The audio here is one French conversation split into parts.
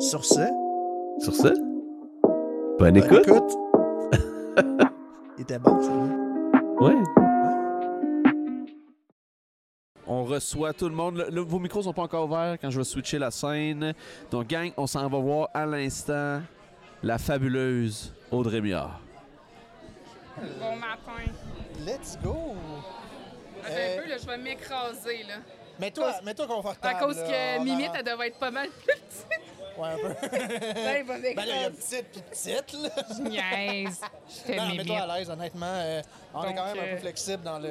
Sur ce, Sur ce, bonne écoute. écoute. Il était bon, hein. celui-là. Ouais. On reçoit tout le monde. Le- le- vos micros sont pas encore ouverts quand je vais switcher la scène. Donc, gang, on s'en va voir à l'instant la fabuleuse Audrey Miard. Bon matin. Let's go! Attends Euh, un peu, là, je vais m'écraser, là. Mets-toi mets À confortable. cause là, que en Mimite, avant. elle devait être pas mal plus petite. Ouais, un peu. Là, elle va ben là, il y a m'écraser. petite puis petite, là. Je niaise. Je Non, t'aime, non, mets-toi Mimite. à l'aise, honnêtement. Euh, on est Donc, quand même un euh, peu flexible dans le.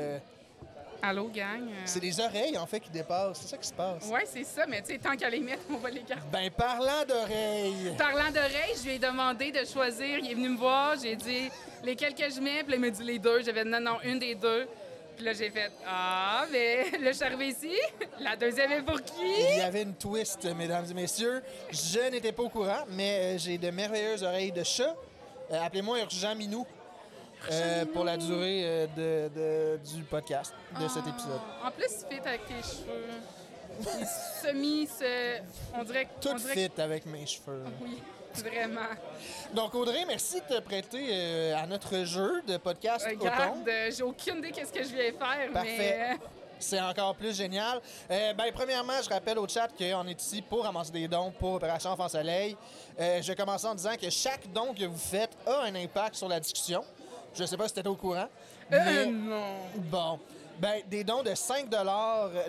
Allô, gang? euh, C'est les oreilles, en fait, qui dépassent. C'est ça qui se passe. Ouais, c'est ça, mais tu sais, tant qu'à les mettre, on va les garder. Ben, parlant d'oreilles. Parlant d'oreilles, je lui ai demandé de choisir. Il est venu me voir, j'ai dit lesquelles que je mets, puis là, il m'a dit les deux. J'avais dit non, non, une des deux. Puis là, j'ai fait Ah, mais là, je suis arrivée ici. La deuxième est pour Il qui? y avait une twist, mesdames et messieurs. Je n'étais pas au courant, mais euh, j'ai de merveilleuses oreilles de chat. Euh, Appelez-moi Urgent Minou euh, pour la durée euh, de- de- du podcast, de cet Ah. épisode. En plus, il fit avec tes cheveux. Il est semi, se... on dirait on Tout dirait fit avec mes cheveux. Oui, vraiment. Donc, Audrey, merci de te prêter euh, à notre jeu de podcast Regarde, automne. euh, j'ai aucune idée qu'est-ce que je viens faire, Parfait. mais euh, C'est encore plus génial. Euh, ben, premièrement, je rappelle au chat qu'on est ici pour ramasser des dons pour Opération Enfant Soleil. Euh, je vais commencer en disant que chaque don que vous faites a un impact sur la discussion. Je ne sais pas si tu étais au courant. euh, mais- euh, non. Bon. Ben, des dons de 5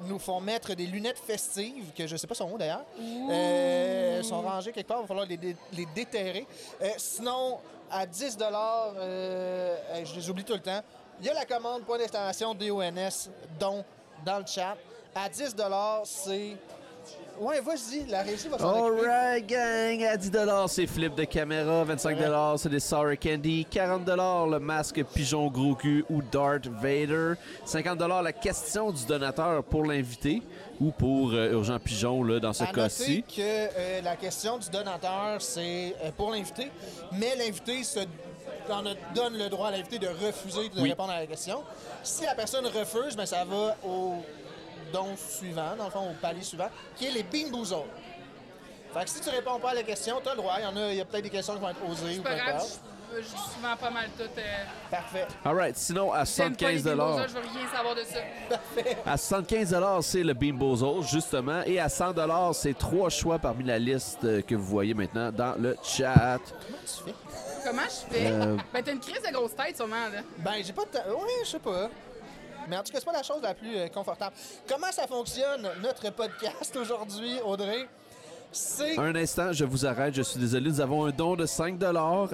nous font mettre des lunettes festives, que je sais pas son où d'ailleurs. Euh, sont rangées quelque part, il va falloir les, dé- les déterrer. Euh, sinon, à 10 euh, euh, je les oublie tout le temps, il y a la commande point d'installation DONS, don, dans le chat. À 10 c'est. Ouais, vas-y, la régie va s'en occuper. Alright, gang! À 10$, c'est flip de caméra. 25$, c'est des Sour Candy. 40$, le masque pigeon gros cul ou Darth Vader. 50$, la question du donateur pour l'invité ou pour euh, Urgent Pigeon là, dans ce À noter cas-ci. que euh, la question du donateur, c'est euh, pour l'invité, mais l'invité se on a- donne le droit à l'invité de refuser de Oui. répondre à la question. Si la personne refuse, ben, ça va au don suivant, dans le fond, au palier suivant, qui est les bimboozles. Fait que si tu réponds pas à la question, t'as le droit. Il y en a, il y a peut-être des questions qui vont être posées ou Pas peu grave, importe. je, je suis souvent pas mal tout. Euh, Parfait. Alright, sinon, à j'aime pas 75$. les dinosaures, je veux rien savoir de ça. À 75 c'est le Bimbozo, justement. Et à 100 c'est trois choix parmi la liste euh, que vous voyez maintenant dans le chat. Tu fais? Comment je fais? Euh. Ben, t'as une crise de grosse tête, sûrement, là. Ben, j'ai pas de temps. Oui, je sais pas. Mais en tout cas, c'est pas la chose la plus euh, confortable. Comment ça fonctionne, notre podcast aujourd'hui, Audrey? C'est. Un instant, je vous arrête. Je suis désolé, nous avons un don de 5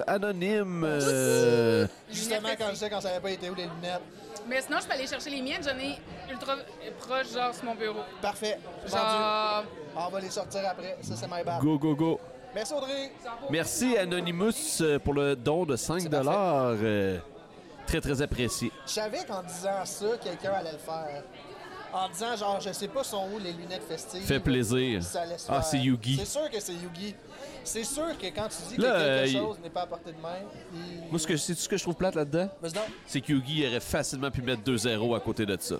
anonyme. euh, Justement, quand je disais qu'on savait pas été où les lunettes. Mais sinon, je peux aller chercher les miennes, j'en ai ultra proche, genre, sur mon bureau. Parfait. Vendu. Genre, On va les sortir après. Ça, c'est my bad. Go, go, go. Merci, Audrey. Merci Anonymous euh, pour le don de 5 euh, Très, très apprécié. Je savais qu'en disant ça, quelqu'un allait le faire. En disant, genre, je sais pas sont où les lunettes festives. Fait plaisir. Ça laisse Ah, faire. c'est Yugi. C'est sûr que c'est Yugi. C'est sûr que quand tu dis que Là, quelque euh, chose n'est pas à portée de main, il... Moi, ce que, c'est ce que je trouve plate là-dedans, Vas-y donc. c'est que Yugi aurait facilement pu mettre 2-0 à côté de ça.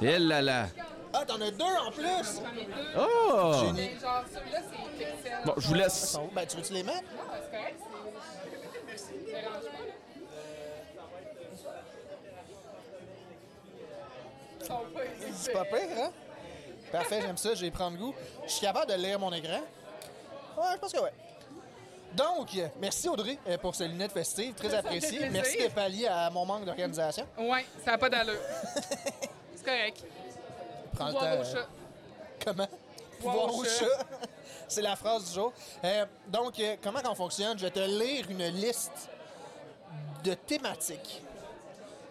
Eh là là. Ah, t'en as deux en plus! Oh! Génie. mais genre, celui-là, c'est pixel. Bon, je vous Ils laisse. sont où? Ben, tu veux-tu les mettre? Non, c'est correct, c'est- Ça dérange pas, là. Ils sont pas C'est pas pire, hein? Parfait, j'aime ça, je vais y prendre goût. Je suis capable de lire mon écran? Ouais, je pense que ouais. Donc, euh, merci Audrey euh, pour ces lunettes festives, très Ça fait appréciées. plaisir. Merci de pallier à mon manque d'organisation. Ouais, ça n'a pas d'allure. C'est correct. Prends le temps. Voir au euh, chat. Comment? Pouvoir Pouvoir au au chat. chat. C'est la phrase du jour. Euh, donc, euh, comment qu'on fonctionne? Je vais te lire une liste de thématiques.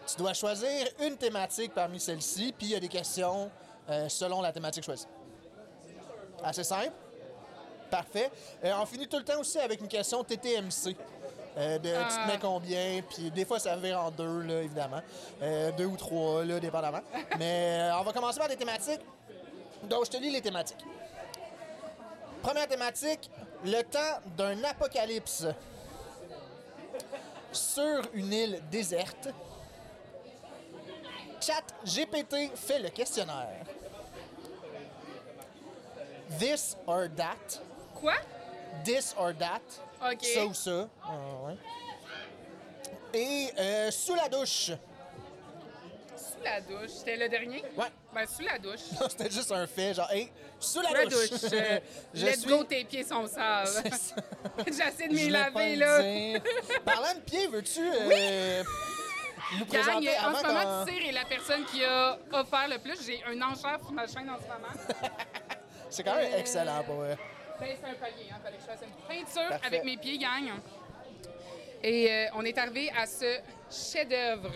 Tu dois choisir une thématique parmi celles-ci, puis il y a des questions euh, selon la thématique choisie. Assez simple. Parfait. Euh, on finit tout le temps aussi avec une question TTMC. Euh, de tu te Ah. mets combien, puis des fois ça vire en deux, là, évidemment. Euh, deux ou trois, là, dépendamment. Mais euh, on va commencer par des thématiques. Donc, je te lis les thématiques. Première thématique, le temps d'un apocalypse. Sur une île déserte, Chat GPT fait le questionnaire. This or that. Quoi? This or that. OK. Ça ou ça. Ah, ouais. Et euh, sous la douche. Sous la douche. C'était le dernier? Ouais. Ben, sous la douche. Sous Non, C'était juste un fait, genre, hey, sous la la douche. douche. Euh, Je Let's suis- go, tes pieds sont sales. C'est ça. J'essaie de Je m'y voulais pas laver, le là. dire. Parlant de pied, veux-tu euh, nous Gang, présenter en avant ce moment, qu'on- Tire est la personne qui a offert le plus. J'ai un enchère sur ma chaîne en ce moment. C'est quand même Euh, excellent pour eux. Ben, c'est un collier, hein, fallait que je fasse une peinture Parfait. avec mes pieds, gang. Et euh, on est arrivé à ce chef-d'œuvre.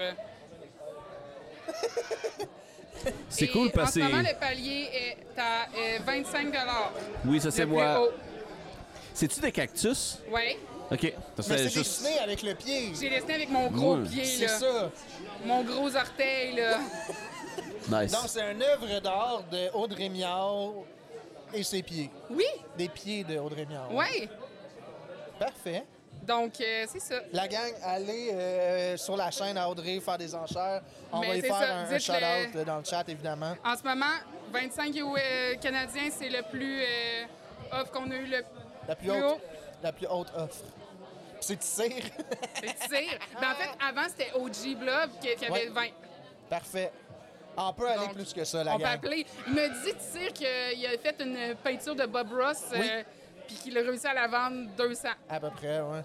C'est Et cool parce que. En ce moment, le palier est à euh, 25 Oui, ça c'est moi. Oui. C'est-tu des cactus? Ok. Ben, Ça, Mais c'est c'est juste- dessiné avec le pied. J'ai dessiné avec mon gros Ouais. pied, C'est là. ça. Mon gros orteil, là. Nice. Donc, c'est une œuvre d'art de Audrey Miao et ses pieds. Oui, Des pieds de Audrey Miao. ouais. Parfait. Donc, euh, c'est ça. La gang, allez euh, sur la chaîne à Audrey faire des enchères. On Mais va y c'est faire ça, un, dites-le. shout-out euh, dans le chat, évidemment. En ce moment, 25 ou, euh, canadiens, c'est le plus euh, off qu'on a eu le La plus Plus haute, haut. la plus haute offre. Puis C'est tir. le tir. Ben, en fait, avant, c'était OG Blob qui, qui avait Ouais. 20. Parfait. On peut aller Donc, plus que ça, la On peut gang. appeler. Il me dit, tu sais, qu'il a fait une peinture de Bob Ross, Oui. euh, puis qu'il a réussi à la vendre 200. À peu près, ouais.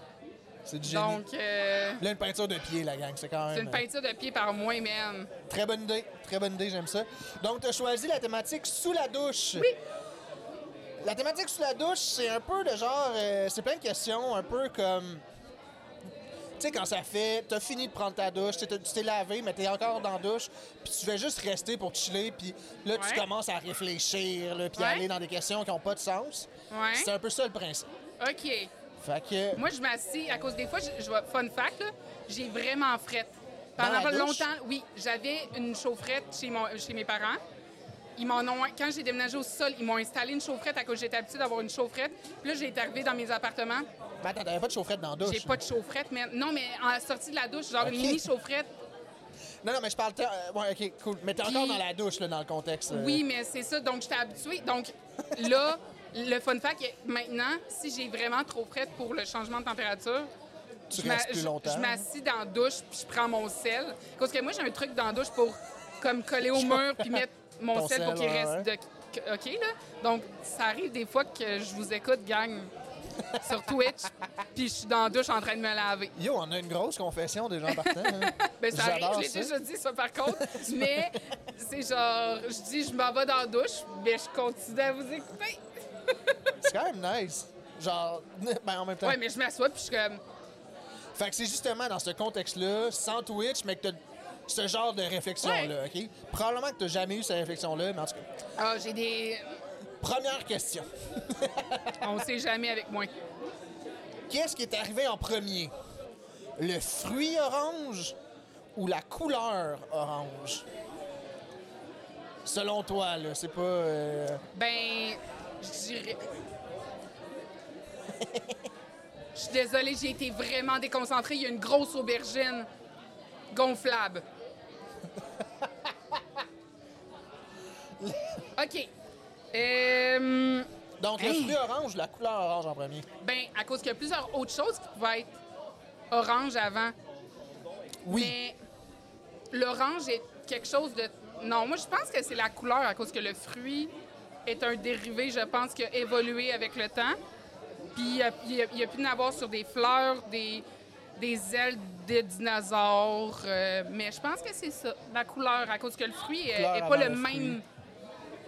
C'est du génie. Donc, euh, Là, une peinture de pied, la gang, c'est quand même. c'est une euh, peinture de pied par mois, même. Très bonne idée, très bonne idée, j'aime ça. Donc, tu as choisi la thématique sous la douche. Oui. La thématique sous la douche, c'est un peu de genre. euh, c'est plein de questions, un peu comme. Tu sais, quand ça fait, t'as fini de prendre ta douche, t'es- t'es- tu t'es lavé, mais t'es encore dans la douche, puis tu veux juste rester pour chiller, puis là, tu Ouais. commences à réfléchir, là, puis Ouais. aller dans des questions qui n'ont pas de sens. Ouais. C'est un peu ça le principe. OK. Fait que. Moi, je m'assis à cause des fois, je, je vois, fun fact, là, j'ai vraiment frette. Dans la Pendant douche? longtemps, oui, j'avais une chaufferette chez, mon, chez mes parents. Ils m'en ont, quand j'ai déménagé au sol, ils m'ont installé une chaufferette à cause j'étais habituée d'avoir une chaufferette. Puis là, j'ai été arrivée dans mes appartements. Mais attends, t'avais pas de chaufferette dans la douche. J'ai pas de chaufferette, mais non, mais en sortie de la douche, genre OK. une mini chaufferette. Non, non, mais je parle. t'as- euh, ouais, ok, cool. Mais t'es encore Puis- dans la douche, là, dans le contexte. euh, Oui, mais c'est ça. Donc, j'étais habituée. Donc, là, le fun fact, est- maintenant, si j'ai vraiment trop frette pour le changement de température, Tu je m'a- restes plus je- longtemps. je m'assis dans la douche puis je prends mon sel. Parce que moi, j'ai un truc dans la douche pour comme coller au mur puis mettre mon Ton sel pour sel, qu'il ouais, reste de... que- OK, là? Donc, ça arrive des fois que je vous écoute, gang, sur Twitch, puis je suis dans la douche en train de me laver. Yo, on a une grosse confession des gens partant. hein. Ben, ça arrive, J'adore je l'ai ça. déjà dit ça par contre, mais c'est genre, je dis, je m'en vais dans la douche, mais je continue à vous écouter. C'est quand même nice. Genre, ben en même temps. Ouais, mais je m'assois puis je suis comme, Fait que c'est justement dans ce contexte-là, sans Twitch, mais que t'as ce genre de réflexion-là, OK? Probablement que t'as jamais eu cette réflexion-là, mais en tout cas. ah, j'ai des. Première question. On sait jamais avec moi. Qu'est-ce qui est arrivé en premier? Le fruit orange ou la couleur orange? Selon toi, là, c'est pas. euh, Ben, je dirais. Je suis désolée, j'ai été vraiment déconcentrée. Il y a une grosse aubergine gonflable. OK. Euh, Donc, le Hey! fruit orange ou la couleur orange en premier? ben, à cause qu'il y a plusieurs autres choses qui pouvaient être orange avant. Oui. Mais l'orange est quelque chose de. Non, moi, je pense que c'est la couleur à cause que le fruit est un dérivé, je pense, qui a évolué avec le temps. Puis il y a- il y a, il y a pu en avoir sur des fleurs, des, des ailes de dinosaures. euh, mais je pense que c'est ça, la couleur, à cause que le fruit est, Couleur est avant pas le, le même.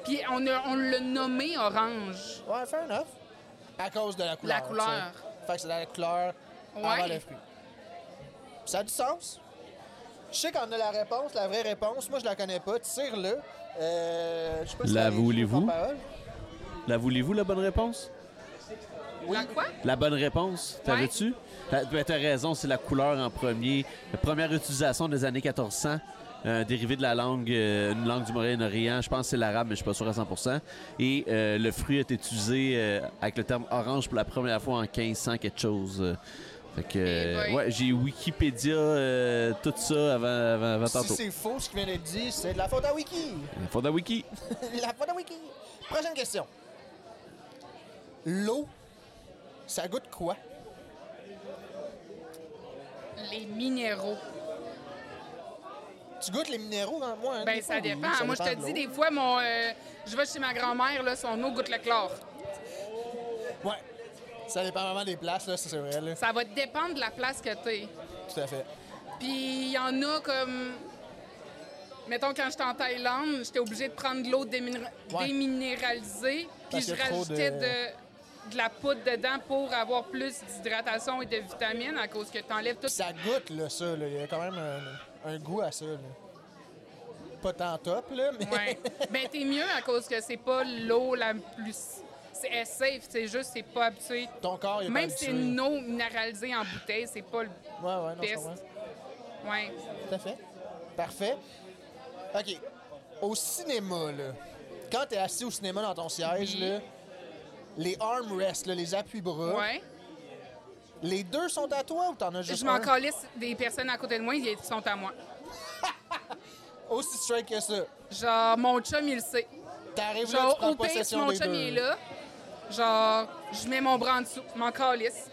Puis on, a- on l'a nommé orange. Ouais, fair enough. À cause de la couleur. La couleur. t'sais. Fait que c'est la couleur Ouais. avant le fruit. Ça a du sens. Je sais qu'on a la réponse, la vraie réponse. Moi, je la connais pas. Tire-le. Euh, je sais pas si La la- je voulez-vous? prends parole. La voulez-vous la bonne réponse? La quoi? La bonne réponse, t'avais-tu? T'as- ben, T'as raison, c'est la couleur en premier. La première utilisation des années 1400, euh, dérivée de la langue, euh, une langue du Moyen-Orient. Je pense que c'est l'arabe, mais je suis pas sûr à 100 Et euh, le fruit est utilisé euh, avec le terme orange pour la première fois en 1500 quelque chose. Euh, Fait que, euh, Eh boy. ouais, j'ai Wikipédia, euh, tout ça avant, avant, avant Si tantôt. c'est faux ce qu'il vient d'être dit, c'est de la faute à Wiki. Faut de la wiki. la faute à Wiki. Prochaine question. L'eau, ça goûte quoi? Les minéraux. Tu goûtes les minéraux dans moi? hein, Ben, des ça fois, dépend. oui, ça Moi, je te dépend de dis, l'eau. des fois, mon, euh, je vais chez ma grand-mère, là, son eau goûte le chlore. Ouais. Ça dépend vraiment des places, là, ça, c'est vrai, là. Ça va dépendre de la place que t'es. Tout à fait. Puis il y en a comme. Mettons, quand j'étais en Thaïlande, j'étais obligée de prendre de l'eau déminéra- Ouais. déminéralisée, puis Parce je qu'il y a trop de- rajoutais de... de la poudre dedans pour avoir plus d'hydratation et de vitamines à cause que tu enlèves tout. Puis ça goûte, là, ça, là. Il y a quand même un, un goût à ça, là. Pas tant top, là, mais... Ouais. ben, t'es mieux à cause que c'est pas l'eau la plus. C'est elle est safe, c'est juste, c'est pas habitué. Ton corps, il est Même pas si c'est habitué. une eau minéralisée en bouteille, c'est pas le. Ouais, ouais, non, je Peste. comprends. Ouais. Tout à fait. Parfait. OK. Au cinéma, là, quand t'es assis au cinéma dans ton siège, Mhm. là, les armrests, là, les appuis-bras, Ouais. les deux sont à toi ou t'en as juste Je m'en un? calisse des personnes à côté de moi, ils sont à moi. Aussi straight que ça. Genre, mon chum, il le sait. T'arrives là, tu Genre, prends au pire, si possession mon des chum deux. il est là, genre, je mets mon bras en dessous, m'en calisse.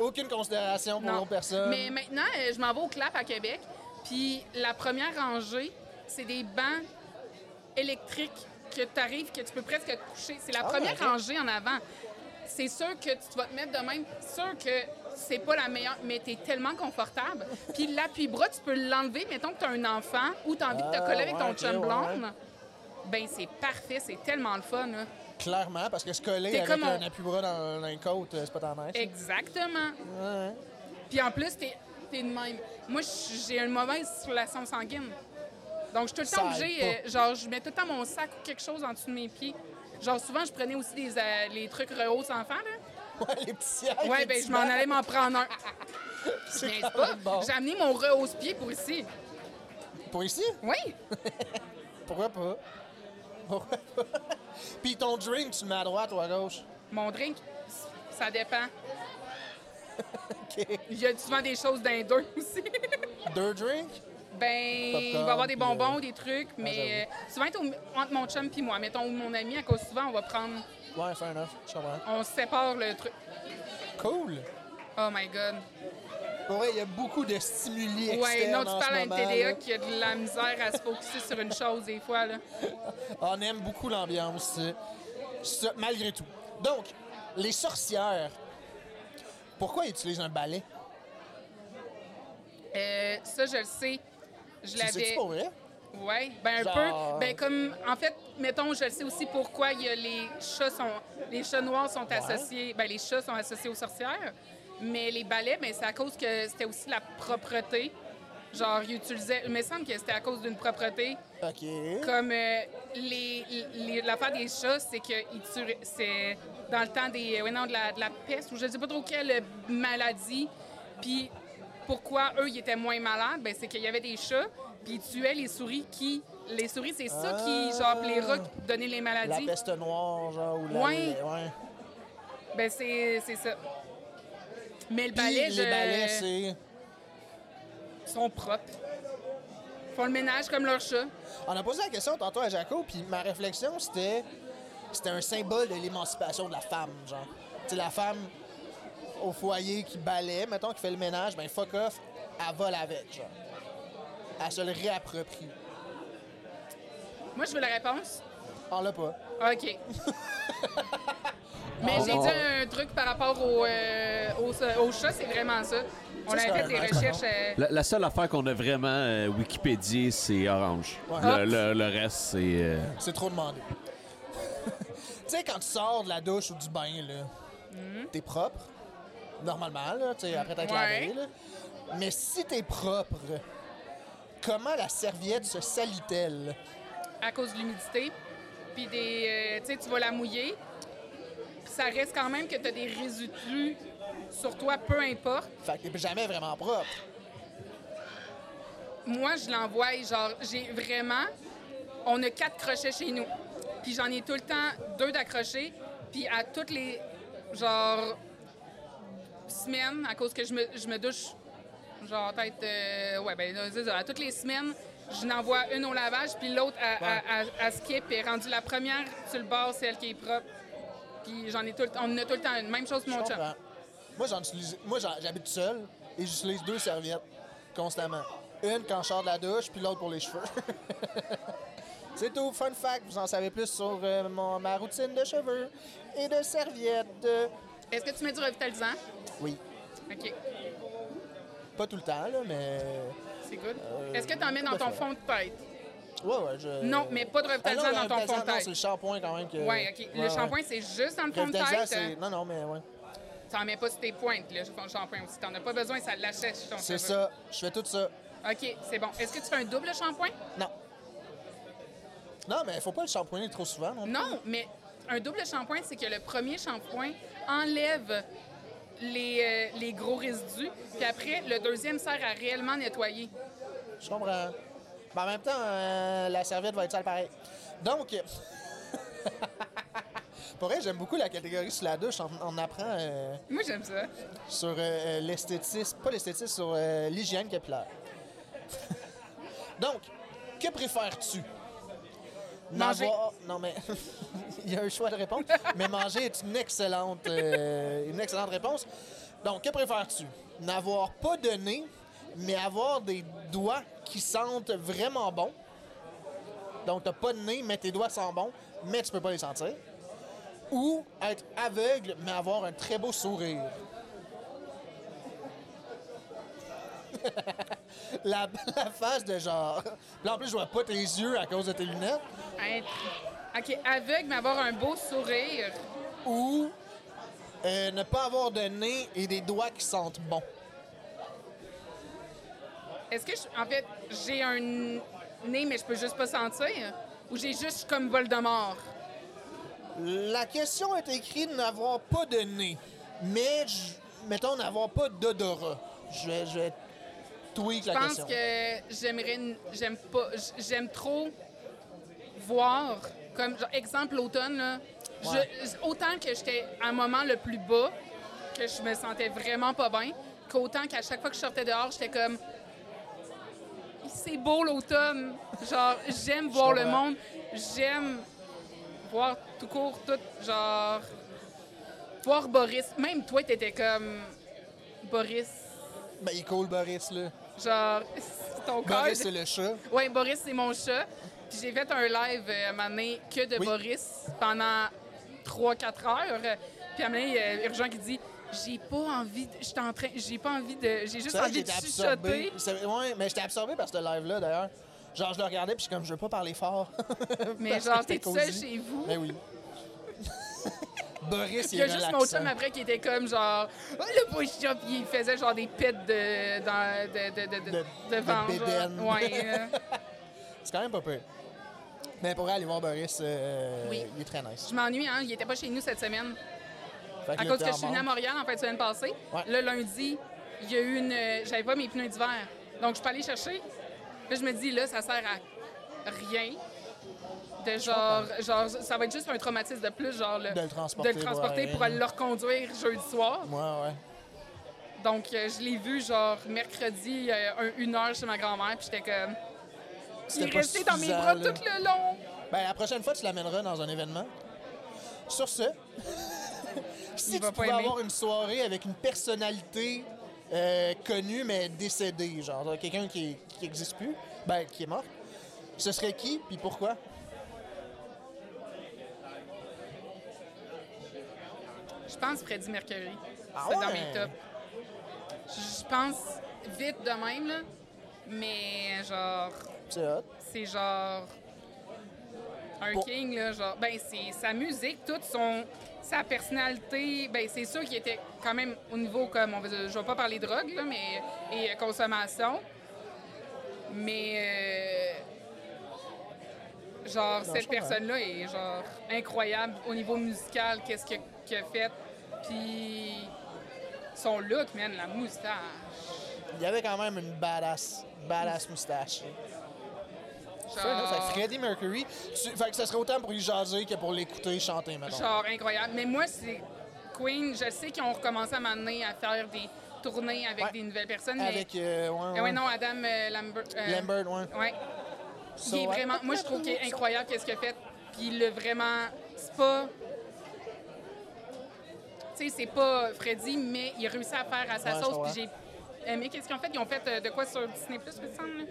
Aucune considération pour Non. l'autre personne. Mais maintenant, euh, je m'en vais au CLAP à Québec, puis la première rangée, c'est des bancs électriques que tu arrives, que tu peux presque te coucher. C'est la Ah, première ok. rangée en avant. C'est sûr que tu vas te mettre de même, C'est sûr que c'est pas la meilleure, mais t'es tellement confortable. Puis l'appui-bras, tu peux l'enlever, mettons que t'as un enfant ou t'as envie de te Ah, coller avec ouais, ton ok, chum ouais, blonde. ouais. Ben c'est parfait, c'est tellement le fun, hein. là. Clairement, parce que se coller T'es avec comme un on- appui-bras dans, dans les côtes, euh, c'est pas tant nice. Exactement. Ouais. Puis en plus, t'es es de même. Moi, je- j'ai une mauvaise circulation sanguine. Donc, je suis tout le Ça temps obligée. aide euh, genre, je mets tout le temps mon sac ou quelque chose en dessous de mes pieds. Genre, souvent, je prenais aussi des, euh, les trucs rehausse enfants, là. Ouais, les petits sièges, les Ouais, ben, petits je m'en bancs. allais m'en prendre un. C'est Niaise quand pas. même bon. J'ai amené mon rehausse-pied pour ici. Pour ici? Oui. Pourquoi pas? Pourquoi pas? Puis ton drink, tu le mets à droite ou à gauche? Mon drink, ça dépend. OK. Il y a souvent des choses d'un deux aussi. Deux drinks? Ben, Popcorn, il va y avoir des puis, euh, bonbons, des trucs, mais euh, souvent, t'es au- entre mon chum et moi, mettons, ou mon ami, à cause souvent, on va prendre, Ouais, fair enough. Je comprends. on sépare le truc. Cool. Oh my God. Pour vrai, il y a beaucoup de stimuli externes Ouais, non, en tu ce parles à un moment, TDA là. qui a de la misère à se focusser sur une chose des fois, là. Ah, On aime beaucoup l'ambiance, euh, ça, malgré tout. Donc, les sorcières, pourquoi ils utilisent un balai? Euh, ça, je le sais. Je Tu sais-tu l'avais. pour vrai? Ouais, ben un Genre- peu. Ben comme, en fait, mettons, je le sais aussi pourquoi il y a les chats sont, les chats noirs sont associés. Ben les chats sont associés aux sorcières, mais les balais, ben c'est à cause que c'était aussi la propreté. Genre, ils utilisaient. Il me semble que c'était à cause d'une propreté. OK. Comme euh, les, les- l'affaire des chats, c'est que ils tueraient- c'est dans le temps des, euh, ouais, non, de, la, de la peste ou je ne sais pas trop quelle euh, maladie. Puis pourquoi eux, ils étaient moins malades, ben, c'est qu'il y avait des chats, puis ils tuaient les souris qui. Les souris, c'est ça qui, Ah! genre, puis les rats qui donnaient les La maladies. peste noire, genre, ou la... Ouais. ouais. Ben, c'est, c'est ça. Mais le Puis balai, les je- balais, c'est... sont propres. Font le ménage comme leurs chats. On a posé la question tantôt à Jaco, puis ma réflexion, c'était... C'était un symbole de l'émancipation de la femme, genre. Tu sais, la femme au foyer qui balaie, mettons, qui fait le ménage, ben fuck off, elle vole avec, genre. Elle se le réapproprie. Moi, je veux la réponse. On l'a pas. OK. Mais Ah j'ai bon. dit un truc par rapport au, euh, au- au chat, c'est vraiment ça. On Ça, avait c'est fait des correct, recherches. euh, La, la seule affaire qu'on a vraiment euh, Wikipédié, c'est Orange. Le, le- le reste, c'est. euh, C'est trop demandé. tu sais, quand tu sors de la douche ou du bain, là, t'es propre, normalement, là, tu sais, après t'être Ouais. lavé, là. Mais si t'es propre, comment la serviette se salit-elle? euh, à cause de l'humidité. Puis des. euh, tu sais, tu vas la mouiller. Puis ça reste quand même que tu as des résidus sur toi, peu importe. Fait que t'es jamais vraiment propre. Moi, je l'envoie, genre, j'ai vraiment. On a quatre crochets chez nous. Puis j'en ai tout le temps deux d'accrochés. Puis à toutes les, genre, semaines, à cause que je me, je me douche, genre, peut-être. euh, ouais, ben, là, c'est ça, à toutes les semaines, je n'envoie une au lavage, puis l'autre à, à- à- à skip. Et rendu la première sur le bord, c'est elle qui est propre. Puis j'en ai tout le temps. On en a tout le temps une. Même chose pour Je mon chum. comprends. Moi, j'en utilise- moi, j'en- j'habite seul et j'utilise deux serviettes constamment. Une quand je sors de la douche, puis l'autre pour les cheveux. C'est tout. Fun fact, vous en savez plus sur euh, mon- ma routine de cheveux et de serviettes. Est-ce que tu mets du revitalisant? Oui, OK, pas tout le temps, là, mais... c'est good. Est-ce que tu en mets dans Euh, tout à ton fait. fond de tête? Ouais, ouais, je... Non, mais pas de revitalisant le dans ton revitalisant, fond de non, tête. c'est le shampoing quand même que... Oui, OK. Ouais, ouais. Le shampoing, c'est juste dans le fond de Revitalisant, tête. euh, c'est... Non, non, mais ouais. Tu n'en mets pas sur tes pointes, le fond de shampoing aussi. Tu n'en as pas besoin, ça l'achète sur ton C'est cheveu. ça. Je fais tout ça. OK, c'est bon. Est-ce que tu fais un double shampoing? Non. Non, mais il faut pas le shampoigner trop souvent. Non. Non, mais un double shampoing, c'est que le premier shampoing enlève les, euh, les gros résidus, puis après, le deuxième sert à réellement nettoyer. Je comprends. Mais en même temps, euh, la serviette va être sale pareil. Donc, pour vrai, j'aime beaucoup la catégorie sur la douche. On, on apprend euh, Moi, j'aime ça. sur euh, euh, l'esthétisme, pas l'esthétisme, sur euh, l'hygiène capillaire. Donc, que préfères-tu? Manger. N'avoir- Non, mais il y a un choix de réponse. mais manger est une excellente, euh, une excellente réponse. Donc, que préfères-tu? N'avoir pas de nez, mais avoir des doigts qui sentent vraiment bon. Donc, t'as pas de nez, mais tes doigts sentent bon, mais tu peux pas les sentir. Ou être aveugle, mais avoir un très beau sourire. la, la face de genre. Là, en plus, je vois pas tes yeux à cause de tes lunettes. Être- OK, aveugle, mais avoir un beau sourire. Ou euh, ne pas avoir de nez et des doigts qui sentent bon. Est-ce que, je- en fait, j'ai un nez, mais je peux juste pas sentir? Ou j'ai juste comme Voldemort? La question est écrite de n'avoir pas de nez, mais j- mettons n'avoir pas d'odorat. Je vais, je vais tweak Je la pense question. que j'aimerais, n- j'aime pas, j- j'aime trop voir. Comme genre, exemple l'automne, là, je- Ouais. j- autant que j'étais à un moment le plus bas, que je me sentais vraiment pas bien, qu'autant qu'à chaque fois que je sortais dehors, j'étais comme c'est beau l'automne. Genre j'aime voir le comprends. monde, j'aime voir tout court tout genre voir Boris. Même toi t'étais comme Boris, Ben, il est cool, Boris, là. genre ton corps. Boris, c'est le chat. Oui, Boris, c'est mon chat. Puis j'ai fait un live euh, à un moment donné, que de Oui. Boris pendant 3-4 heures. Puis à un moment donné, euh, Urgent qui dit J'ai pas envie, de... j'étais en train, j'ai pas envie de. J'ai juste C'est vrai que envie de j'étais chuchoter. absorbé. C'est- Ouais, mais j'étais absorbé par ce live-là, d'ailleurs. Genre, je le regardais, puis je suis comme, je veux pas parler fort. Mais Parce que genre, j'étais t'es tout seul cosy. chez vous. Mais oui. Boris, il Il y est a juste mon relaxant. chum après qui était comme genre oh, le push-up, il faisait genre des pets de, dans, de, de, de, de, De- de de ventre, bédaine. genre. Ouais, euh, C'est quand même pas peu. Mais pour aller voir Boris, euh, Oui. il est très nice. je m'ennuie, hein. Il était pas chez nous cette semaine. Fait À là, cause t'es que en je suis venue à manque. Montréal en fin de semaine passée. Ouais. Le lundi, il y a eu une. euh, J'avais pas mes pneus d'hiver. Donc, je peux aller chercher. Là, je me dis, là, ça sert à rien. De genre, genre, ça va être juste un traumatisme de plus, genre, le- De le transporter, de le transporter ouais. pour aller le reconduire jeudi soir. Ouais, ouais. Donc, euh, je l'ai vu, genre, mercredi, euh, un- une heure chez ma grand-mère, puis j'étais comme. Il C'était est pas resté dans mes suffisant, bras là. tout le long. Ben, la prochaine fois, tu l'amèneras dans un événement. Sur ce, si Il va tu pas pouvais aimer. avoir une soirée avec une personnalité euh, connue mais décédée, genre quelqu'un qui n'existe plus, ben, qui est mort, ce serait qui puis pourquoi? Je pense Freddie Mercury. Ah c'est dans ouais? mes tops. Je pense vite de même, là. Mais genre, C'est hot. c'est genre. Un Pour- king, là. Genre, ben, c'est sa musique, toute son. Sa personnalité, ben c'est sûr qu'il était quand même au niveau comme on va dire- je vais pas parler de drogue là, mais et euh, consommation, mais euh, genre Non, je cette comprends. personne-là est genre incroyable au niveau musical, qu'est-ce que- qu'il a fait, puis son look, man, la moustache. Il y avait quand même une badass, badass moustache. Fair enough. Fait que Genre, Freddie Mercury, tu- fait que ce serait autant pour lui jaser que pour l'écouter chanter, maintenant. genre incroyable. Mais moi, c'est Queen, je sais qu'ils ont recommencé à m'amener à faire des tourner avec Ouais. des nouvelles personnes. mais- Avec. euh, ouais, Eh ouais. ouais, non, Adam euh, Lambert. euh, Lambert, ouais. Ouais. So, il est ouais. vraiment, moi, je trouve qu'il est incroyable qu'est-ce qu'il a fait. Puis il l'a vraiment. C'est pas. Tu sais, c'est pas Freddy, mais il a réussi à faire à sa Ouais, sauce. je Puis j'ai aimé. Qu'est-ce qu'ils ont fait? Ils ont fait euh, de quoi sur Disney Plus, me semble? là?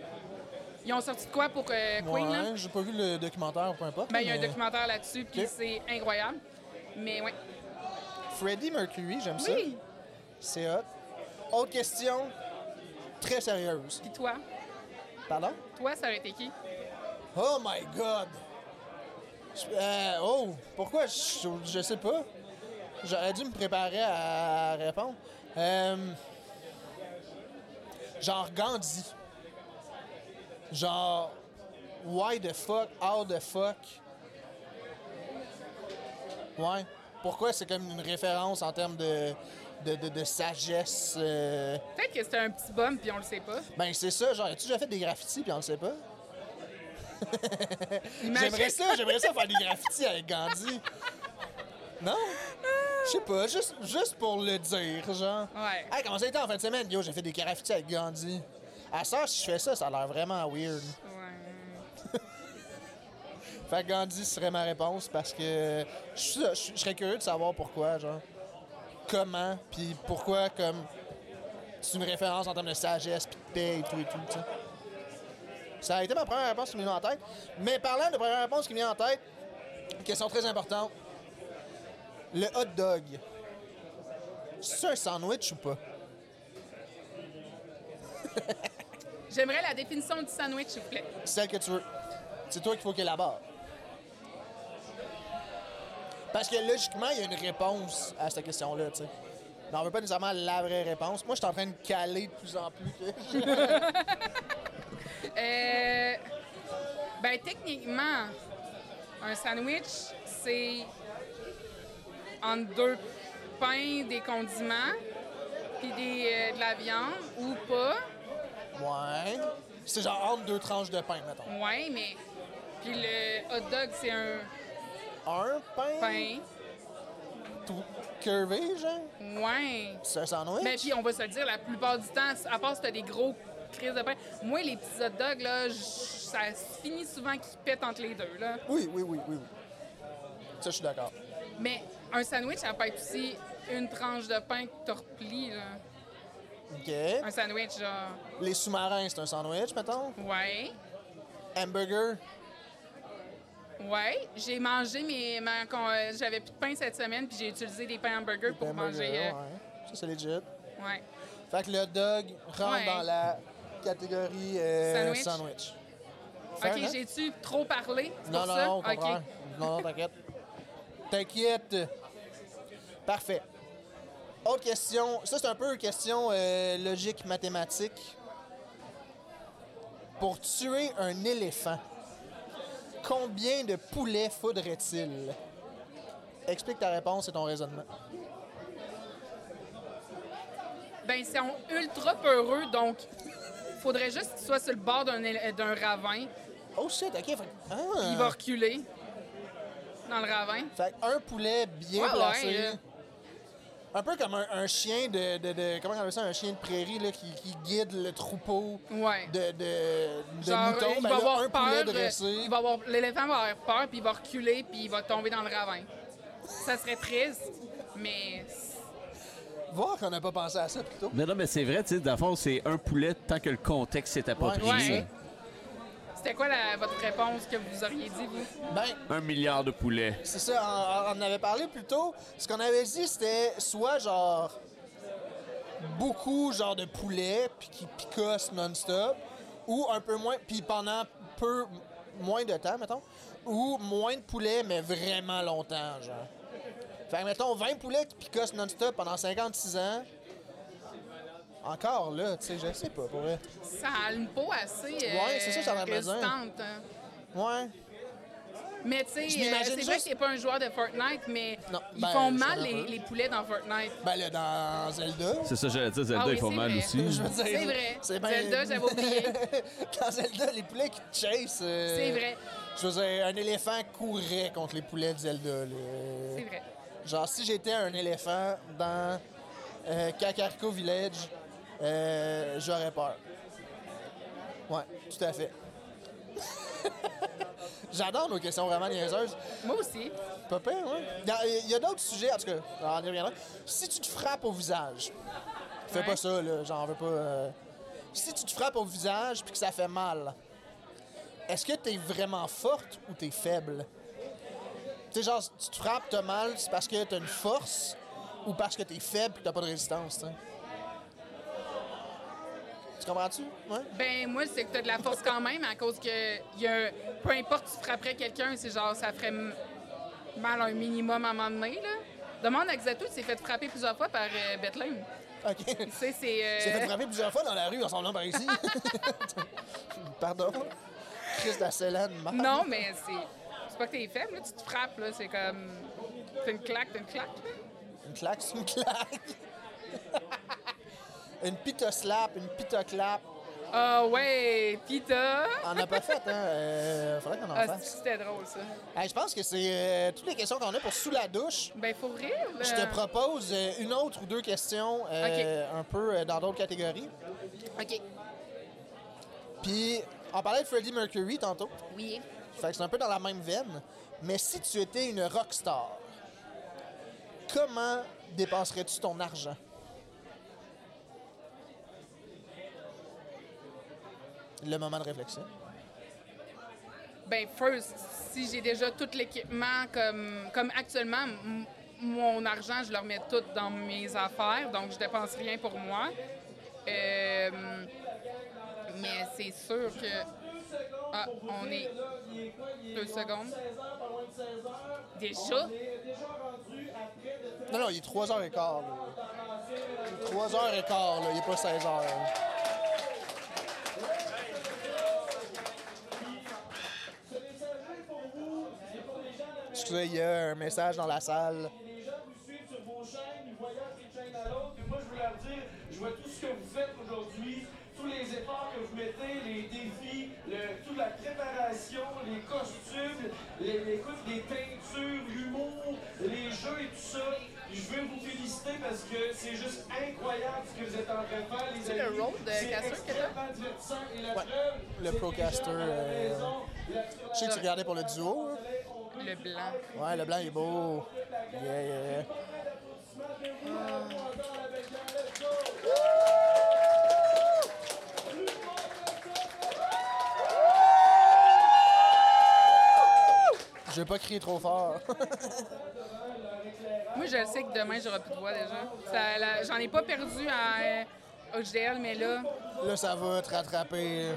Ils ont sorti de quoi pour euh, Queen, Ouais, là? j'ai pas vu le documentaire, peu importe. Ben, il y a un mais euh, documentaire là-dessus, puis Ok. c'est incroyable. Mais ouais. Freddie Mercury, j'aime ça. Oui! C'est hot. Autre question, très sérieuse. Puis toi? Pardon? Toi, ça aurait été qui? Oh my God! Je- euh, oh, pourquoi? Je, je sais pas. J'aurais dû me préparer à répondre. Euh, genre Gandhi. Genre, why the fuck, how the fuck. Ouais. Pourquoi c'est comme une référence en termes de, de, de- de sagesse? euh, Peut-être que c'était un petit bum, puis on le sait pas. Ben, c'est ça. Genre, as-tu déjà fait des graffitis puis on le sait pas? Imagine- J'aimerais ça, j'aimerais ça faire des graffitis avec Gandhi. Non? Je sais pas, juste, juste pour le dire, genre. Ouais. Hey, comment ça a été en fin de semaine? Yo, j'ai fait des graffitis avec Gandhi. À ça, si je fais ça, ça a l'air vraiment weird. Ouais. Fait que Gandhi serait ma réponse parce que je, suis- je suis- je serais curieux de savoir pourquoi, genre. Comment, puis pourquoi, comme. C'est une référence en termes de sagesse, puis de paix et tout et tout, tu sais. Ça a été ma première réponse qui m'est venue en tête. Mais parlant de première réponse qui m'est en tête, question très importante. Le hot dog. C'est un sandwich ou pas? J'aimerais la définition du sandwich, s'il vous plaît. celle que tu veux. C'est toi qu'il faut qu'il élabore. Parce que logiquement, il y a une réponse à cette question-là, tu sais. Mais on veut pas nécessairement la vraie réponse. Moi, je suis en train de caler de plus en plus. que- Euh, ben, techniquement, un sandwich, c'est entre deux pains, des condiments, puis des, euh, de la viande, ou pas. ouais. C'est genre entre deux tranches de pain, mettons. Ouais, mais. Puis le hot dog, c'est un Un pain, pain. tout curvé, genre. Ouais. C'est un sandwich. Mais Ben, puis, on va se le dire, la plupart du temps, à part si t'as des gros crises de pain, moi, les petits hot dogs, là, j- ça finit souvent qu'ils pètent entre les deux, là. Oui, oui, oui, oui, oui. Ça, je suis d'accord. Mais un sandwich, ça peut être aussi une tranche de pain que tu replies, là. OK. Un sandwich, genre, Les sous-marins, c'est un sandwich, mettons. ouais, Hamburger. ouais. J'ai mangé, mais ma- quand, euh, j'avais plus de pain cette semaine, puis j'ai utilisé des pains hamburgers pour hamburger, manger. euh, ouais. Ça, c'est legit. ouais. Fait que le dog rentre Ouais. dans la catégorie euh, Sandwich. sandwich. Fair Ok, enough. j'ai-tu trop parlé? C'est Non, pour non, ça? non, au Ok. contraire. Non, non, t'inquiète. T'inquiète. Parfait. Autre question. Ça, c'est un peu une question euh, logique, mathématique. Pour tuer un éléphant, combien de poulets faudrait-il? Explique ta réponse et ton raisonnement. Ben, ils sont ultra peureux, donc faudrait juste qu'il soit sur le bord d'un éle- d'un ravin, Oh shit, ok. Fait, que- ah. puis il va reculer dans le ravin. Fait un poulet bien Ouais, placé. ouais, hein. là. un peu comme un, un chien de, de- de- Comment on appelle ça? Un chien de prairie là, qui, qui guide le troupeau Ouais. de, de, de Genre, moutons. il Ben va là, avoir un peur. poulet dressé. euh, il va avoir- L'éléphant va avoir peur, puis il va reculer, puis il va tomber dans le ravin. Ça serait triste, mais Voir qu'on n'a pas pensé à ça plus tôt. Mais non, mais c'est vrai, tu sais, dans le fond, c'est un poulet tant que le contexte est approprié. Ouais. là. c'était quoi la- votre réponse que vous auriez dit, vous? Ben, Un milliard de poulets. c'est ça, on, on en avait parlé plus tôt. Ce qu'on avait dit, c'était soit genre. Beaucoup, genre de poulets, puis qui picossent non-stop, ou un peu moins, puis pendant peu moins de temps, mettons, ou moins de poulets, mais vraiment longtemps, genre. Fait que, mettons, 20 poulets qui picossent non-stop pendant 56 ans. Encore là, tu sais, je sais pas, pour vrai. Ça a une peau assez euh, Ouais, c'est ça, ça m'a besoin. résistante. hein. Ouais. Mais tu sais, Je euh, m'imagine c'est vrai que juste- t'es pas un joueur de Fortnite, mais Non, ils ben, font je mal suis les, d'accord. les poulets dans Fortnite. Ben là, dans Zelda. C'est ça, j'allais dire, Zelda, Ah oui, ils font c'est mal vrai. aussi. Je veux dire, C'est vrai. bien- Zelda, j'avais oublié. Dans Zelda, les poulets qui te chassent. euh, C'est vrai. Je veux dire, un éléphant courrait contre les poulets de Zelda. là. C'est vrai. Genre, si j'étais un éléphant dans euh, Kakariko Village, euh, j'aurais peur. Ouais, tout à fait. J'adore nos questions vraiment niaiseuses. Moi aussi. Pas pire, ouais. Il y a- Il y a, d'autres sujets, en tout cas, on y reviendra. Si tu te frappes au visage, fais Ouais. pas ça, là, j'en veux pas. euh. Si tu te frappes au visage puis que ça fait mal, est-ce que t'es vraiment forte ou t'es faible? Tu sais, genre, si tu te frappes, t'as mal, c'est parce que t'as une force ou parce que t'es faible et t'as pas de résistance, tu sais? Tu comprends-tu? Ouais? Ben moi, c'est que t'as de la force quand même à cause que y a, peu importe tu frapperais quelqu'un, c'est genre ça ferait m- mal un minimum à un moment donné. Là. Demande à Xato, il s'est fait frapper plusieurs fois par euh, Bethlehem. OK. Tu sais, c'est. euh, s'est fait frapper plusieurs fois dans la rue en s'en venant par ici. Pardon. Chris Dasselane, marre. Non, mais c'est. C'est pas que t'es faible, là, tu te frappes, là. C'est comme. T'as une claque, t'as une claque. Une claque, c'est une claque. une pita slap, une pita clap. Ah ouais, pis t'as. On n'a pas fait, hein? Euh, faudrait qu'on en Ah, c'est- fasse. c'était drôle, ça. Hey, je pense que c'est euh, toutes les questions qu'on a pour sous la douche. Ben, faut rire. Je là. te propose euh, une autre ou deux questions euh, un peu euh, dans d'autres catégories. OK. Puis, on parlait de Freddie Mercury tantôt. Oui. Fait que c'est un peu dans la même veine. Mais si tu étais une rockstar, comment dépenserais-tu ton argent? Le moment de réflexion. Ben, first, si j'ai déjà tout l'équipement comme, comme actuellement, m- mon argent, je le remets tout dans mes affaires, donc je dépense rien pour moi. Euh, mais c'est sûr que. Ah, on est. Deux secondes. Déjà? Non, non, il est 3h15. là. 3h15, là. Il n'est pas 16h. Excusez, il y a un message dans la salle. Les gens vous suivent sur vos chaînes, ils voyagent d'une chaîne à l'autre. Et moi, je veux leur dire, je vois tout ce que vous faites aujourd'hui, tous les efforts que vous mettez, les défis, le- toute la préparation, les costumes, les, les, écoute, les teintures, l'humour, les jeux et tout ça. Je veux vous féliciter parce que c'est juste incroyable ce que vous êtes en train de faire, les le amis. rôle de C'est casseur que t'as? extrêmement divertissant et la Ouais. preuve, Le c'est que Procaster, les gens à la euh, maison, la- Je sais que tu regardais pour le duo. hein. Le blanc. Ouais, le blanc il est beau. Yeah, yeah, yeah. Je vais pas crier trop fort. Moi, je le sais que demain, j'aurai plus de voix déjà. Ça, la- J'en ai pas perdu à euh, HDL, mais là, Là, ça va te rattraper.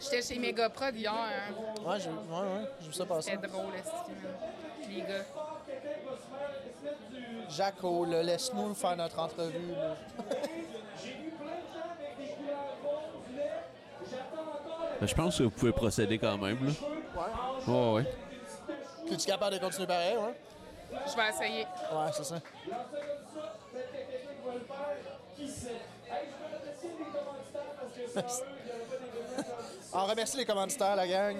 j'étais chez Megaprod hier. hein. Ouais, je, ouais, ouais, j'ai vu ça passer. C'était drôle, esti, man. les gars. Jaco, là, laisse-nous faire notre entrevue. là. Ben, je pense que vous pouvez procéder quand même. Là. Ouais, ouais. Es-tu capable de continuer pareil, ouais? Je vais essayer. Ouais, c'est ça. On Ah, remercie les commanditaires, la gang.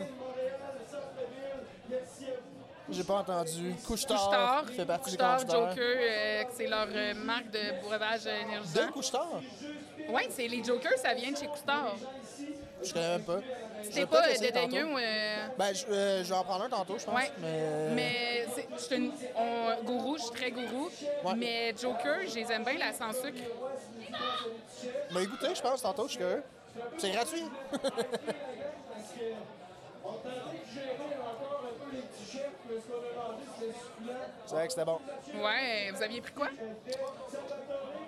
J'ai pas entendu. Couche-tard Couche-Tard, fait partie des Couche-Tard, commanditaires. Joker, euh, c'est leur euh, marque de breuvage euh, Deux énergisant. couche-tard? Oui, c'est les Jokers, ça vient de chez Couche-Tard. Je connais même pas. Je vais C'était pas peut-être euh, essayer tantôt. dédaigneux. euh, Ben, je, euh, je vais en prendre un tantôt, je pense. Ouais. Mais, euh, Mais c'est- je suis une- on- gourou, je suis très gourou. Ouais. Mais Joker, je les aime bien, la sans sucre. mais écoutez, je pense tantôt, je suis curieux. C'est gratuit. C'est vrai que c'était bon. Ouais, vous aviez pris quoi?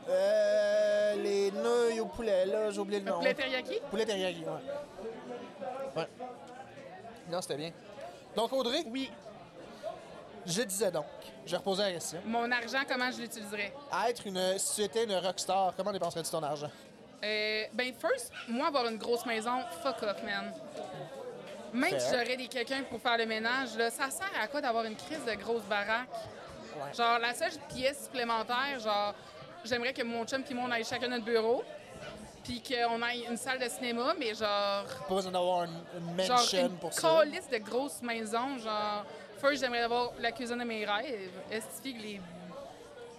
Euh, les nouilles au poulet, là, j'ai oublié le nom. Le teriyaki? Poulet teriyaki, ouais. Ouais. Non, c'était bien. Donc, Audrey, Oui. je disais donc, je reposais la question. Mon argent, comment je l'utiliserais? À être une, si tu étais une rockstar, comment dépenserais-tu ton argent? Euh, ben, first, moi, avoir une grosse maison, fuck off, man. Même Fair. si j'aurais des quelqu'un pour faire le ménage, là, ça sert à quoi d'avoir une crise de grosse baraque? Ouais. Genre, la seule pièce supplémentaire, genre, j'aimerais que mon chum et moi, on aille chacun notre bureau, puis qu'on aille une salle de cinéma, mais genre, Pas besoin d'avoir une, une genre mansion une pour ça. calisse de grosses maisons, genre, first, j'aimerais avoir la cuisine de mes rêves. Est-ce que les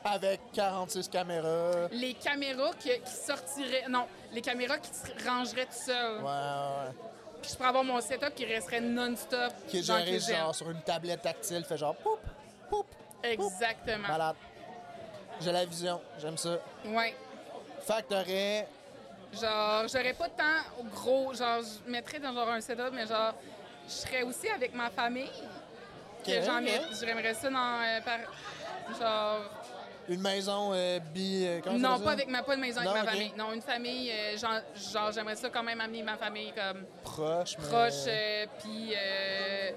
avec 46 caméras. Les caméras que- qui sortiraient. Non, les caméras qui se rangeraient tout seul. Ouais, ouais. Puis je pourrais avoir mon setup qui resterait non-stop. Qui est dans la géré cuisine. genre sur une tablette tactile, fait genre poup, poup. Exactement. Malade. J'ai la vision, j'aime ça. Ouais. Fait que t'aurais. Genre, j'aurais pas tant au gros. Genre, je mettrais dans genre un setup, mais genre, je serais aussi avec ma famille. Que Ok, j'en ok. mette. J'aimerais ça dans. euh, par- genre. Une maison euh, bi. euh, comment ça non, s'appelle pas ça? avec ma, pas de maison Non, avec ma ok. famille. Non, une famille, euh, genre, genre, j'aimerais ça quand même amener ma famille comme Proche, mais- proche, euh, puis euh,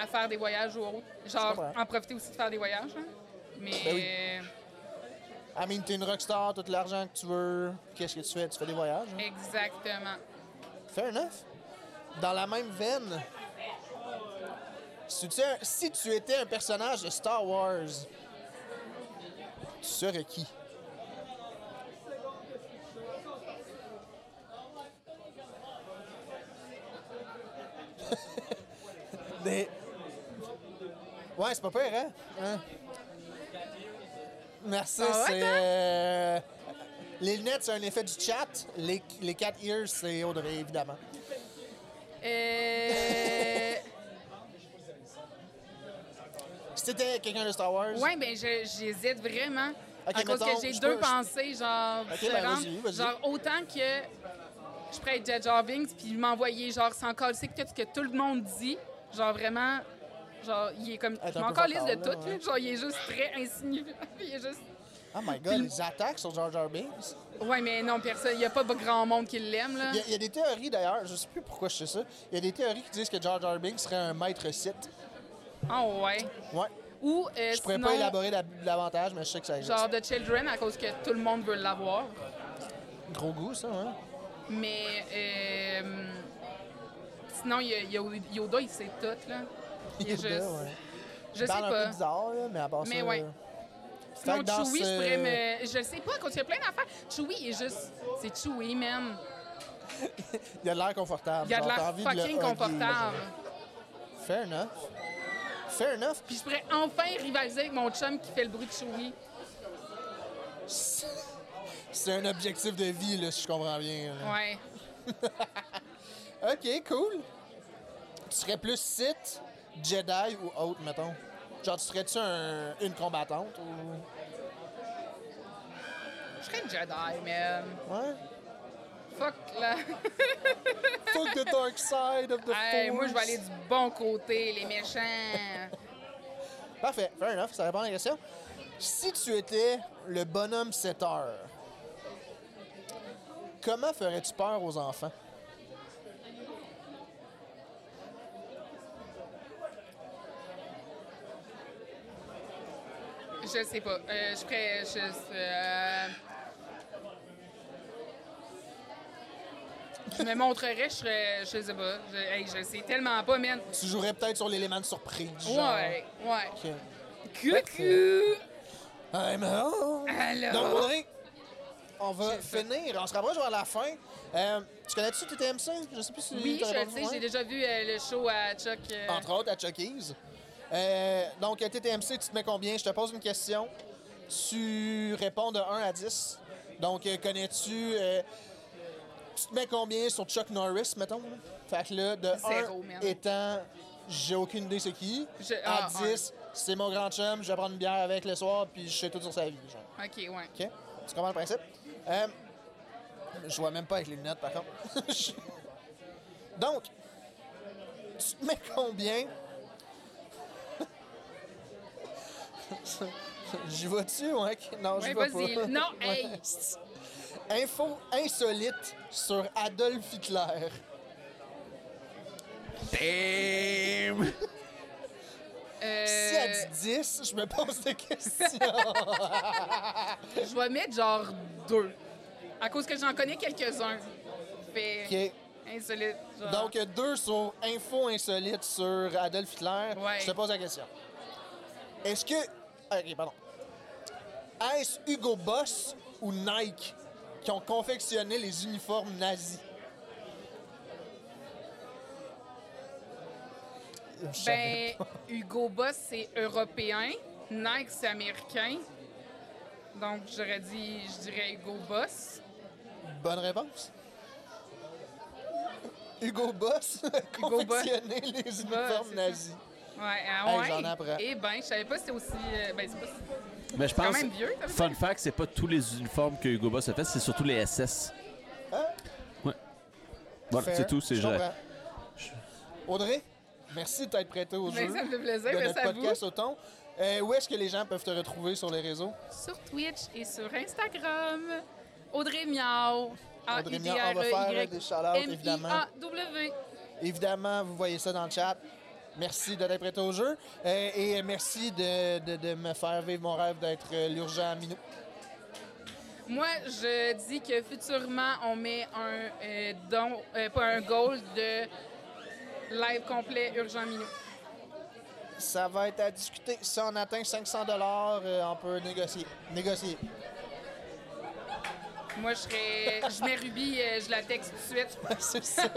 à, à faire des voyages ou autre. Genre, comprends. en profiter aussi de faire des voyages. hein. Mais Ben oui. euh, I mean, t'es une rockstar, tout l'argent que tu veux. Qu'est-ce que tu fais? Tu fais des voyages. hein? exactement. Fair enough. Dans la même veine, si tu, es- si tu étais un personnage de Star Wars, tu serais qui? Des- Ouais, c'est pas pire, hein? Hein? Merci, Ah ouais, c'est... toi? euh, Les lunettes, c'est un effet du chat. Les, les cat ears, c'est Audrey, évidemment. Euh, Si t'étais quelqu'un de Star Wars, ouais, ben je- j'hésite vraiment. Ok, à cause mettons, que j'ai je deux peux- je- pensées, genre, Ok, ben, différentes. vas-y, vas-y. Genre, autant que je pourrais être Jet Jarvings, puis m'envoyer, genre, sans c'est que tout ce que tout le monde dit, genre, vraiment, genre, il est comme. Ah, t'es Je un m'en peu calisse de fantôme, tout, là, ouais. là. genre, il est juste très insignifiant. il est juste. oh my god, les attaques sur Jar Jar Binks. Ouais, mais non, personne, il n'y a pas grand monde qui l'aime, là. Il y, a, il y a des théories d'ailleurs, je sais plus pourquoi je sais ça. Il y a des théories qui disent que Jar Jar Binks serait un maître site. Oh, ouais. Ouais. Ou, euh, Je pourrais sinon, pas élaborer la- l'avantage, mais je sais que ça existe. genre, The Children, à cause que tout le monde veut l'avoir. Gros goût, ça, hein? Mais euh, sinon, il y a- il y a Yoda, il sait tout, là. Il est Yoda, juste- ouais. Je sais Parle un pas. peu bizarre, là, mais à part Mais ça. ouais. euh, fait Sinon, que dans Chewie, je ce- pourrais me... Je sais pas, quand il y a plein d'affaires. Chewie, il est juste... C'est Chewie, man. Il a de l'air confortable. Il a de genre, t'as l'air envie de le fucking hugger, confortable. genre. Fair enough. Fair enough. Puis je pourrais enfin rivaliser avec mon chum qui fait le bruit de Chewie. C'est un objectif de vie, là, si je comprends bien. là. Ouais. Ok, cool. Tu serais plus Sith, Jedi ou autre, mettons? Genre, tu serais-tu un- une combattante ou. Je serais une Jedi, mais... Ouais? Fuck, là. Fuck the dark side of the Hey, force. moi, je vais aller du bon côté, les méchants. Parfait, fair enough, ça répond à la question. Si tu étais le bonhomme 7 heures, comment ferais-tu peur aux enfants? Je sais pas. Euh, je ferais juste. euh, Je me montrerais, je serais. Je sais pas. Je, hey, je sais tellement pas, man. Tu jouerais peut-être sur l'élément de surprise. genre. Ouais, ouais. Ok. Coucou! I'm home. Donc, Alors. Audrey, on va finir. On se rapproche vers la fin. Euh, tu connais-tu TTMC? Je sais plus si Oui, t'as je le répondu, sais, ouais. j'ai déjà vu euh, le show à Chuck. euh, entre autres à Chucky's. Euh, donc, à TTMC, tu te mets combien? Je te pose une question. Tu réponds de 1 à 10. Donc, euh, connais-tu. euh, tu te mets combien sur Chuck Norris, mettons? là? Fait que là, de 1 Zéro, man. étant j'ai aucune idée c'est qui, Je- à ah, 10, c'est mon grand chum, je vais prendre une bière avec le soir, puis je sais tout sur sa vie. genre. Ok, ouais. OK? Tu comprends le principe? Euh, je vois même pas avec les lunettes, par contre. Je- Donc, tu te mets combien? J'y vas tu ouais? ok. Non, j'y vois Ouais, vas-y. pas. Non, hey! Info insolite sur Adolf Hitler. Damn! Euh, Si elle dit 10, je me pose des questions. je vais mettre genre deux. À cause que j'en connais quelques-uns. Fait. OK. Insolite. Genre. Donc, deux sur info insolite sur Adolf Hitler. Ouais. Je te pose la question. Est-ce que. Ok, pardon. Est-ce Hugo Boss ou Nike qui ont confectionné les uniformes nazis? Je savais Ben, Hugo Boss, c'est européen. Nike, c'est américain. Donc, j'aurais dit, je dirais Hugo Boss. Ben, Bonne réponse. Hugo Boss a Hugo Boss. confectionné les uniformes c'est ça. nazis. Ouais, Hey, ah ouais. j'en apprends. Eh ben, je savais pas si c'était aussi. euh, ben, c'est pas si- Mais je quand pense. même vieux, ça veut fun fact, c'est pas tous les uniformes que Hugo Boss a fait, c'est surtout les SS. Hein? Ouais. Voilà, Fair. c'est tout, c'est Je genre. comprends. Audrey, merci de t'être prêtée au Mais jeu ça me fait de plaisir, merci notre à vous. podcast au ton. Euh, où est-ce que les gens peuvent te retrouver sur les réseaux? Sur Twitch et sur Instagram, Audrey Miao. a E Audrey Miao, on va faire des shout-outs, évidemment. w Évidemment, vous voyez ça dans le chat. Merci de t'être prêté au jeu Euh, et merci de, de- de me faire vivre mon rêve d'être euh, l'urgent minou. Moi, je dis que futurement, on met un euh, don, euh, pas un goal de live complet Urgent Minou. Ça va être à discuter. Si on atteint 500 dollars, euh, on peut négocier. Négocier. Moi, je serais. Je mets Ruby, euh, je la texte tout de suite. C'est ça.